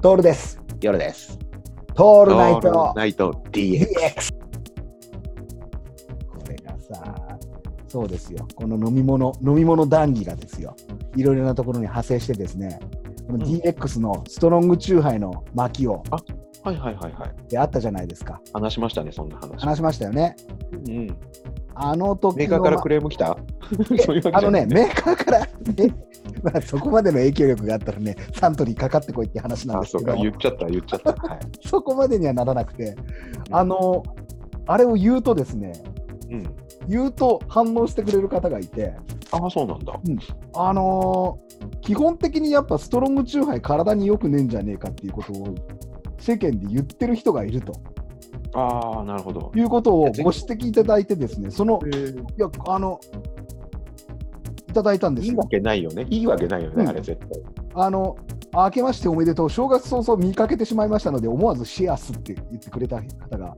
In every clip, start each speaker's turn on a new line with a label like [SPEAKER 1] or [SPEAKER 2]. [SPEAKER 1] トールです。
[SPEAKER 2] 夜です。
[SPEAKER 1] トー
[SPEAKER 2] オ
[SPEAKER 1] ルナイト
[SPEAKER 2] ナイト
[SPEAKER 1] DX。
[SPEAKER 2] DX。
[SPEAKER 1] これがさ、そうですよ。この飲み物、飲み物談義がですよ。いろいろなところに派生してですね、この DX のストロングチューハイの薪を、
[SPEAKER 2] はいはいはいはい。
[SPEAKER 1] であったじゃないですか。
[SPEAKER 2] 話しましたね、そんな話。
[SPEAKER 1] 話しましたよね。
[SPEAKER 2] うん、
[SPEAKER 1] あの時の
[SPEAKER 2] メーカーからクレーム来たそういうわけじゃ
[SPEAKER 1] あの
[SPEAKER 2] ない
[SPEAKER 1] ね、メーカーから、ね まあ、そこまでの影響力があったらね、サントリーかかってこいって話なん
[SPEAKER 2] あ、
[SPEAKER 1] です
[SPEAKER 2] そう
[SPEAKER 1] けど
[SPEAKER 2] か、、言っちゃった、言っちゃった。はい。
[SPEAKER 1] そこまでにはならなくて、 あ、の、あれを言うとですね、
[SPEAKER 2] うん。
[SPEAKER 1] 言うと反応してくれる方がいて、
[SPEAKER 2] あ、そうなんだ。
[SPEAKER 1] あのー基本的にやっぱストロングチューハイ体によくねえんじゃねえかっていうことを世間で言ってる人がいると
[SPEAKER 2] ああ、なるほど。
[SPEAKER 1] いうことをご指摘いただいてですねその
[SPEAKER 2] い
[SPEAKER 1] いやあのいただいたんです
[SPEAKER 2] い
[SPEAKER 1] よ
[SPEAKER 2] わけないよね。いいわけないよね、
[SPEAKER 1] うん
[SPEAKER 2] あれ絶対。
[SPEAKER 1] あのあ明けましておめでとう正月早々見かけてしまいましたので思わずシェアスって言ってくれた方が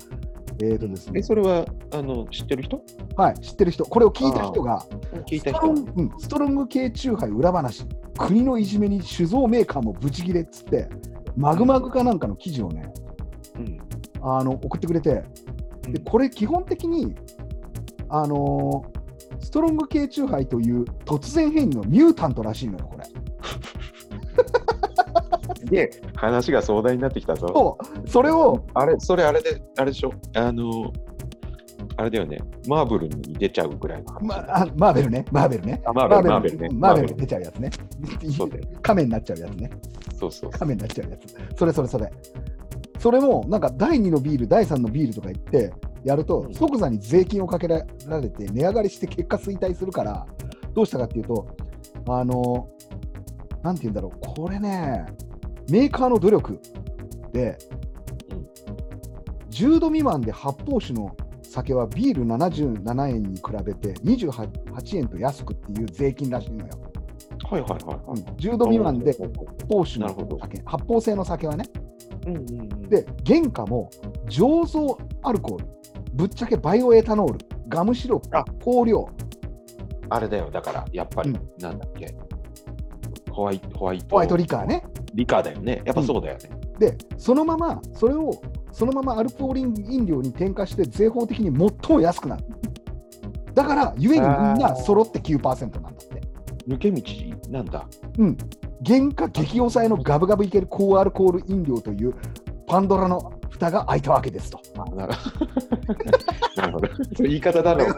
[SPEAKER 1] えーとですね
[SPEAKER 2] え、それは、あの、知ってる人
[SPEAKER 1] はい知ってる人これを聞いた人が
[SPEAKER 2] 聞いた
[SPEAKER 1] ストロ
[SPEAKER 2] 人
[SPEAKER 1] ン。うんストロング系チューハイ裏話国のいじめに酒造メーカーもブチギレっつってマグマグかなんかの記事をね
[SPEAKER 2] うん。
[SPEAKER 1] あの送ってくれてでこれ基本的にあのーストロング系チューハイという突然変異のミュータントらしいのよこれ
[SPEAKER 2] で、話が壮大になってきたぞ。
[SPEAKER 1] とそれを
[SPEAKER 2] あれ、それあれで、あれでしょ、あの、あれだよね、マーブルに出ちゃうぐらいの話。
[SPEAKER 1] まあマーベルねマーベルね
[SPEAKER 2] あマーベルマーベルね
[SPEAKER 1] マーベル
[SPEAKER 2] マーベル
[SPEAKER 1] 出ちゃうやつね
[SPEAKER 2] そうだよ
[SPEAKER 1] 亀になっちゃうやつね
[SPEAKER 2] そうそうそう。
[SPEAKER 1] 亀になっちゃうやつそれそれそれそれもなんか第2のビール第3のビールとか言ってやると
[SPEAKER 2] うん
[SPEAKER 1] 即座に税金をかけられて値上がりして結果衰退するからどうしたかっていうとあのなんて言うんだろうこれねメーカーの努力で
[SPEAKER 2] うん
[SPEAKER 1] 10度未満で発泡酒の酒はビール77円に比べて28円と安くっていう税金らしいのよ、
[SPEAKER 2] はいはいは
[SPEAKER 1] う
[SPEAKER 2] い
[SPEAKER 1] ん
[SPEAKER 2] はい。
[SPEAKER 1] 10度未満で発泡酒
[SPEAKER 2] なるほ
[SPEAKER 1] の
[SPEAKER 2] ど
[SPEAKER 1] 酒発泡性の酒はね
[SPEAKER 2] うんうんうん、
[SPEAKER 1] で原価も醸造アルコールぶっちゃけバイオエタノールガムシロッ
[SPEAKER 2] あ
[SPEAKER 1] プ香料
[SPEAKER 2] あれだよ、だから、やっぱり、なんだっけ、ホワイト、ホワイト、
[SPEAKER 1] ホワイトリカーね
[SPEAKER 2] リカーだよね。やっぱそうだよね。
[SPEAKER 1] でそのままそれをそのままアルコール飲料に転嫁して税法的に最も安くなるだからゆえにみんな揃って9%なんだって
[SPEAKER 2] 抜け道なんだ。
[SPEAKER 1] 原価激抑えのガブガブいける高アルコール飲料というパンドラの蓋が開いたわけですと。
[SPEAKER 2] あ なるなるほど。それ言い方 だろう。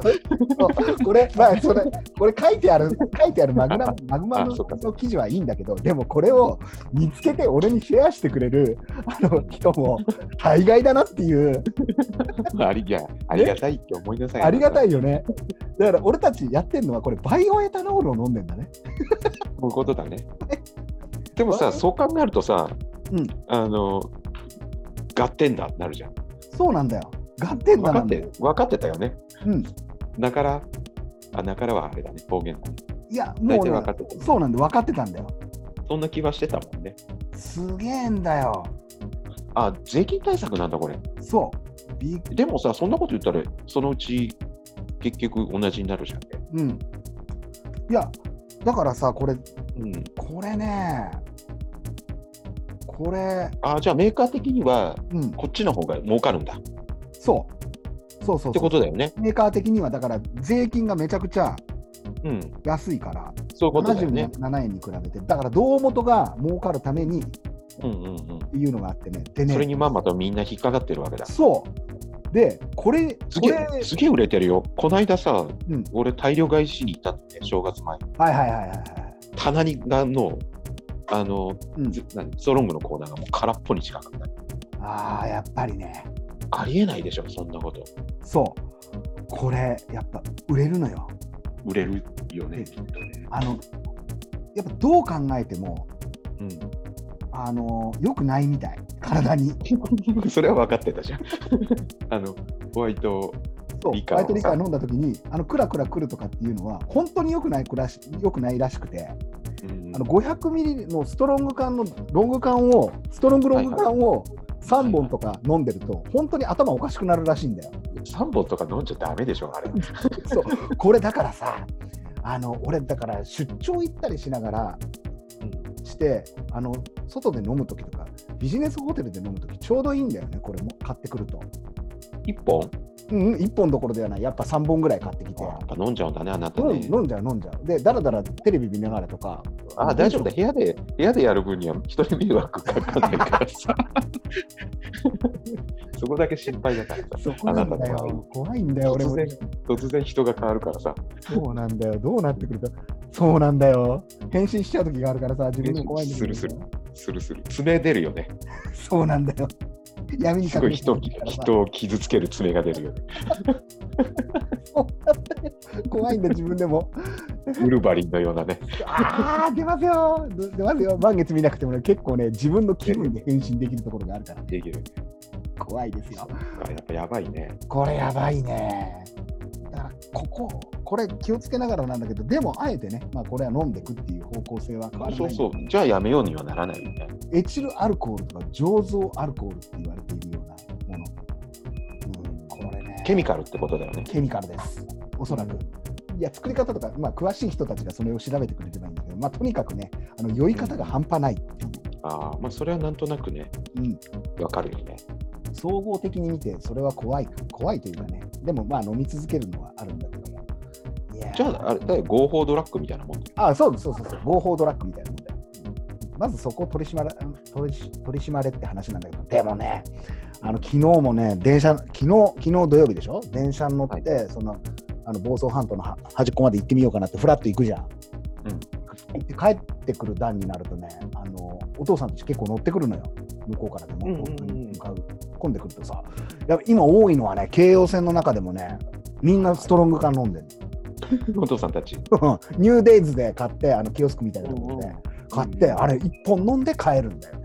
[SPEAKER 1] これ、まあ、それ、これ書いてある、書いてあるマグナ、マグマの
[SPEAKER 2] あそうか
[SPEAKER 1] の記事はいいんだけど、でもこれを見つけて俺にシェアしてくれるあの人も大概だなっていう、
[SPEAKER 2] ありいやありがたいって思いなさい。
[SPEAKER 1] ありがた
[SPEAKER 2] い。
[SPEAKER 1] いよね。だから俺たちやってるのは、これ、バイオエタノールを飲んでんだね。
[SPEAKER 2] こういうことだね。でもさ、そう考えるとさ、
[SPEAKER 1] うん
[SPEAKER 2] あの、合点だってなるじゃん。
[SPEAKER 1] そうなんだよ。合点
[SPEAKER 2] 分
[SPEAKER 1] だ
[SPEAKER 2] か
[SPEAKER 1] なん
[SPEAKER 2] っ
[SPEAKER 1] だ
[SPEAKER 2] て
[SPEAKER 1] よ。、
[SPEAKER 2] 分かってたよね。
[SPEAKER 1] うん。
[SPEAKER 2] だから、あ、だからはあれだね、方言だね。
[SPEAKER 1] いや、
[SPEAKER 2] 大
[SPEAKER 1] もうね
[SPEAKER 2] 体分かってた。
[SPEAKER 1] そうなんで、分かってたんだよ。
[SPEAKER 2] そんな気はしてたもんね。
[SPEAKER 1] すげえんだよ。
[SPEAKER 2] あ、税金対策なんだ、これ。
[SPEAKER 1] そう。びっ
[SPEAKER 2] でもさ、そんなこと言ったら、そのうち、結局同じになるじゃんね。
[SPEAKER 1] うん。いや、だからさ、これ、
[SPEAKER 2] うん。
[SPEAKER 1] これね、これ、
[SPEAKER 2] あ、じゃあメーカー的には、
[SPEAKER 1] うん、
[SPEAKER 2] こっちの方が儲かるんだ。っ
[SPEAKER 1] そう、そうそう
[SPEAKER 2] て
[SPEAKER 1] そ
[SPEAKER 2] こ
[SPEAKER 1] う、
[SPEAKER 2] とだよね。
[SPEAKER 1] メーカー的には、だから税金がめちゃくちゃ
[SPEAKER 2] うん。
[SPEAKER 1] 安いから、
[SPEAKER 2] そういうことだよね。
[SPEAKER 1] 77円に比べて、だから胴元が儲かるためにっ
[SPEAKER 2] うんうんうん。
[SPEAKER 1] ていうのがあってね、でね、
[SPEAKER 2] それにまんまとみんな引っかかってるわけだ。
[SPEAKER 1] そう、で、これ、
[SPEAKER 2] す
[SPEAKER 1] こ
[SPEAKER 2] げ
[SPEAKER 1] れ、
[SPEAKER 2] え、すげえ売れてるよ。こないださ、
[SPEAKER 1] うん
[SPEAKER 2] 俺大量買いしに行ったって、正月前。
[SPEAKER 1] はいはいはいはいはい。
[SPEAKER 2] 棚にがの、あの、
[SPEAKER 1] うん、
[SPEAKER 2] ず何ストロングのコーナーがもう空っぽに近かった。
[SPEAKER 1] ああ、やっぱりね、
[SPEAKER 2] ありえないでしょ、そんなこと。
[SPEAKER 1] そう、これ、やっぱ売れるのよ。
[SPEAKER 2] 売れるよね、きっとね。
[SPEAKER 1] あのやっぱどう考えても
[SPEAKER 2] う
[SPEAKER 1] あのよくないみたい体に
[SPEAKER 2] ん。それは分かってたじゃん。あの、ホワイト、
[SPEAKER 1] そう
[SPEAKER 2] リカ
[SPEAKER 1] ホワ
[SPEAKER 2] を
[SPEAKER 1] イトリカー飲んだ時にあのクラクラくるとかっていうのは本当に良くないくらし良くないらしくて
[SPEAKER 2] うん
[SPEAKER 1] あの500ミリのストロング缶のロング缶をストロングロング缶を3本とか飲んでると本当に頭おかしくなるらしいん だよ。
[SPEAKER 2] 3本とか飲んじゃダメでしょ、あれ。
[SPEAKER 1] そうこれだからさあの俺だから出張行ったりしながらしてあの外で飲むときとかビジネスホテルで飲むときちょうどいいんだよねこれも買ってくると、
[SPEAKER 2] 一本
[SPEAKER 1] うんうん、1本どころではないやっぱ3本ぐらい買ってきて
[SPEAKER 2] やっぱ飲んじゃうんだね、あなた
[SPEAKER 1] 飲ん
[SPEAKER 2] ね。
[SPEAKER 1] 飲んじゃう飲んじゃうでだらだらテレビ見ながらとか
[SPEAKER 2] あ、大丈夫だ。部屋で、部屋でやる分には一人迷惑かかんないから さ。そこだけ心配だからさ。
[SPEAKER 1] そこなんだ
[SPEAKER 2] あなたの
[SPEAKER 1] よ怖いんだよ俺
[SPEAKER 2] 突
[SPEAKER 1] も
[SPEAKER 2] 然、突然人が変わるからさ。
[SPEAKER 1] そうなんだよどうなってくるかそうなんだよ変身しちゃう時があるからさ自分でも怖いんだけど
[SPEAKER 2] するすするする。爪出るよね。
[SPEAKER 1] そうなんだよ闇に
[SPEAKER 2] す
[SPEAKER 1] 隠
[SPEAKER 2] ご
[SPEAKER 1] れ
[SPEAKER 2] い
[SPEAKER 1] て
[SPEAKER 2] 人を
[SPEAKER 1] るからさ
[SPEAKER 2] 人を傷つける爪が出るよね。
[SPEAKER 1] 怖いんだ自分でも
[SPEAKER 2] ウルバリンのようなね。
[SPEAKER 1] あー出ますよど出ますよ満月見なくてもね結構ね自分の気分で変身できるところがあるから
[SPEAKER 2] できる。
[SPEAKER 1] 怖いですよ
[SPEAKER 2] あやっぱやばいね。
[SPEAKER 1] これやばいねだからこここれ気をつけながらなんだけどでもあえてね、まあ、これは飲んでいくっていう方向性は変わらない
[SPEAKER 2] そうそう。じゃあやめようにはならないよね。
[SPEAKER 1] エチルアルコールとか醸造アルコールって言われているようなもの、うん、これね
[SPEAKER 2] ケミカルってことだよね。
[SPEAKER 1] ケミカルです、おそらく。いや、作り方とか、まあ、詳しい人たちがそれを調べてくれればいいんだけど、まあ、とにかくね、あの酔い方が半端ないっていう、
[SPEAKER 2] ああ、まあそれはなんとなくね、
[SPEAKER 1] うん、
[SPEAKER 2] わかるよね。
[SPEAKER 1] 総合的に見て、それは怖い、怖いというかね、でもまあ飲み続けるのはあるんだけども。いやー
[SPEAKER 2] じゃあ、あれだよ、合法ドラッグみたいなも んだよ。
[SPEAKER 1] あそうそうそうそう、合法ドラッグみたいなもんだよ。まずそこを取り締まれ取りし取り締まれって話なんだけど、でもね、あの昨日もね、電車、昨日昨日土曜日でしょ、電車に乗って、そのあの房総半島のは端っこまで行ってみようかなって、ふらっと行くじゃん。
[SPEAKER 2] うん
[SPEAKER 1] で帰ってくる段になるとねあの、お父さんたち結構乗ってくるのよ、向こうからでも、
[SPEAKER 2] うんうんうん
[SPEAKER 1] 東京に向かう混んでくるとさ、やっぱ今多いのはね、京葉線の中でもね、みんなストロング缶飲んでる
[SPEAKER 2] お父さんたち。
[SPEAKER 1] うんニューデイズで買って、あのキオスクみたいなところ
[SPEAKER 2] う
[SPEAKER 1] で
[SPEAKER 2] んうん
[SPEAKER 1] 買って、あれ、1本飲んで帰るんだよ。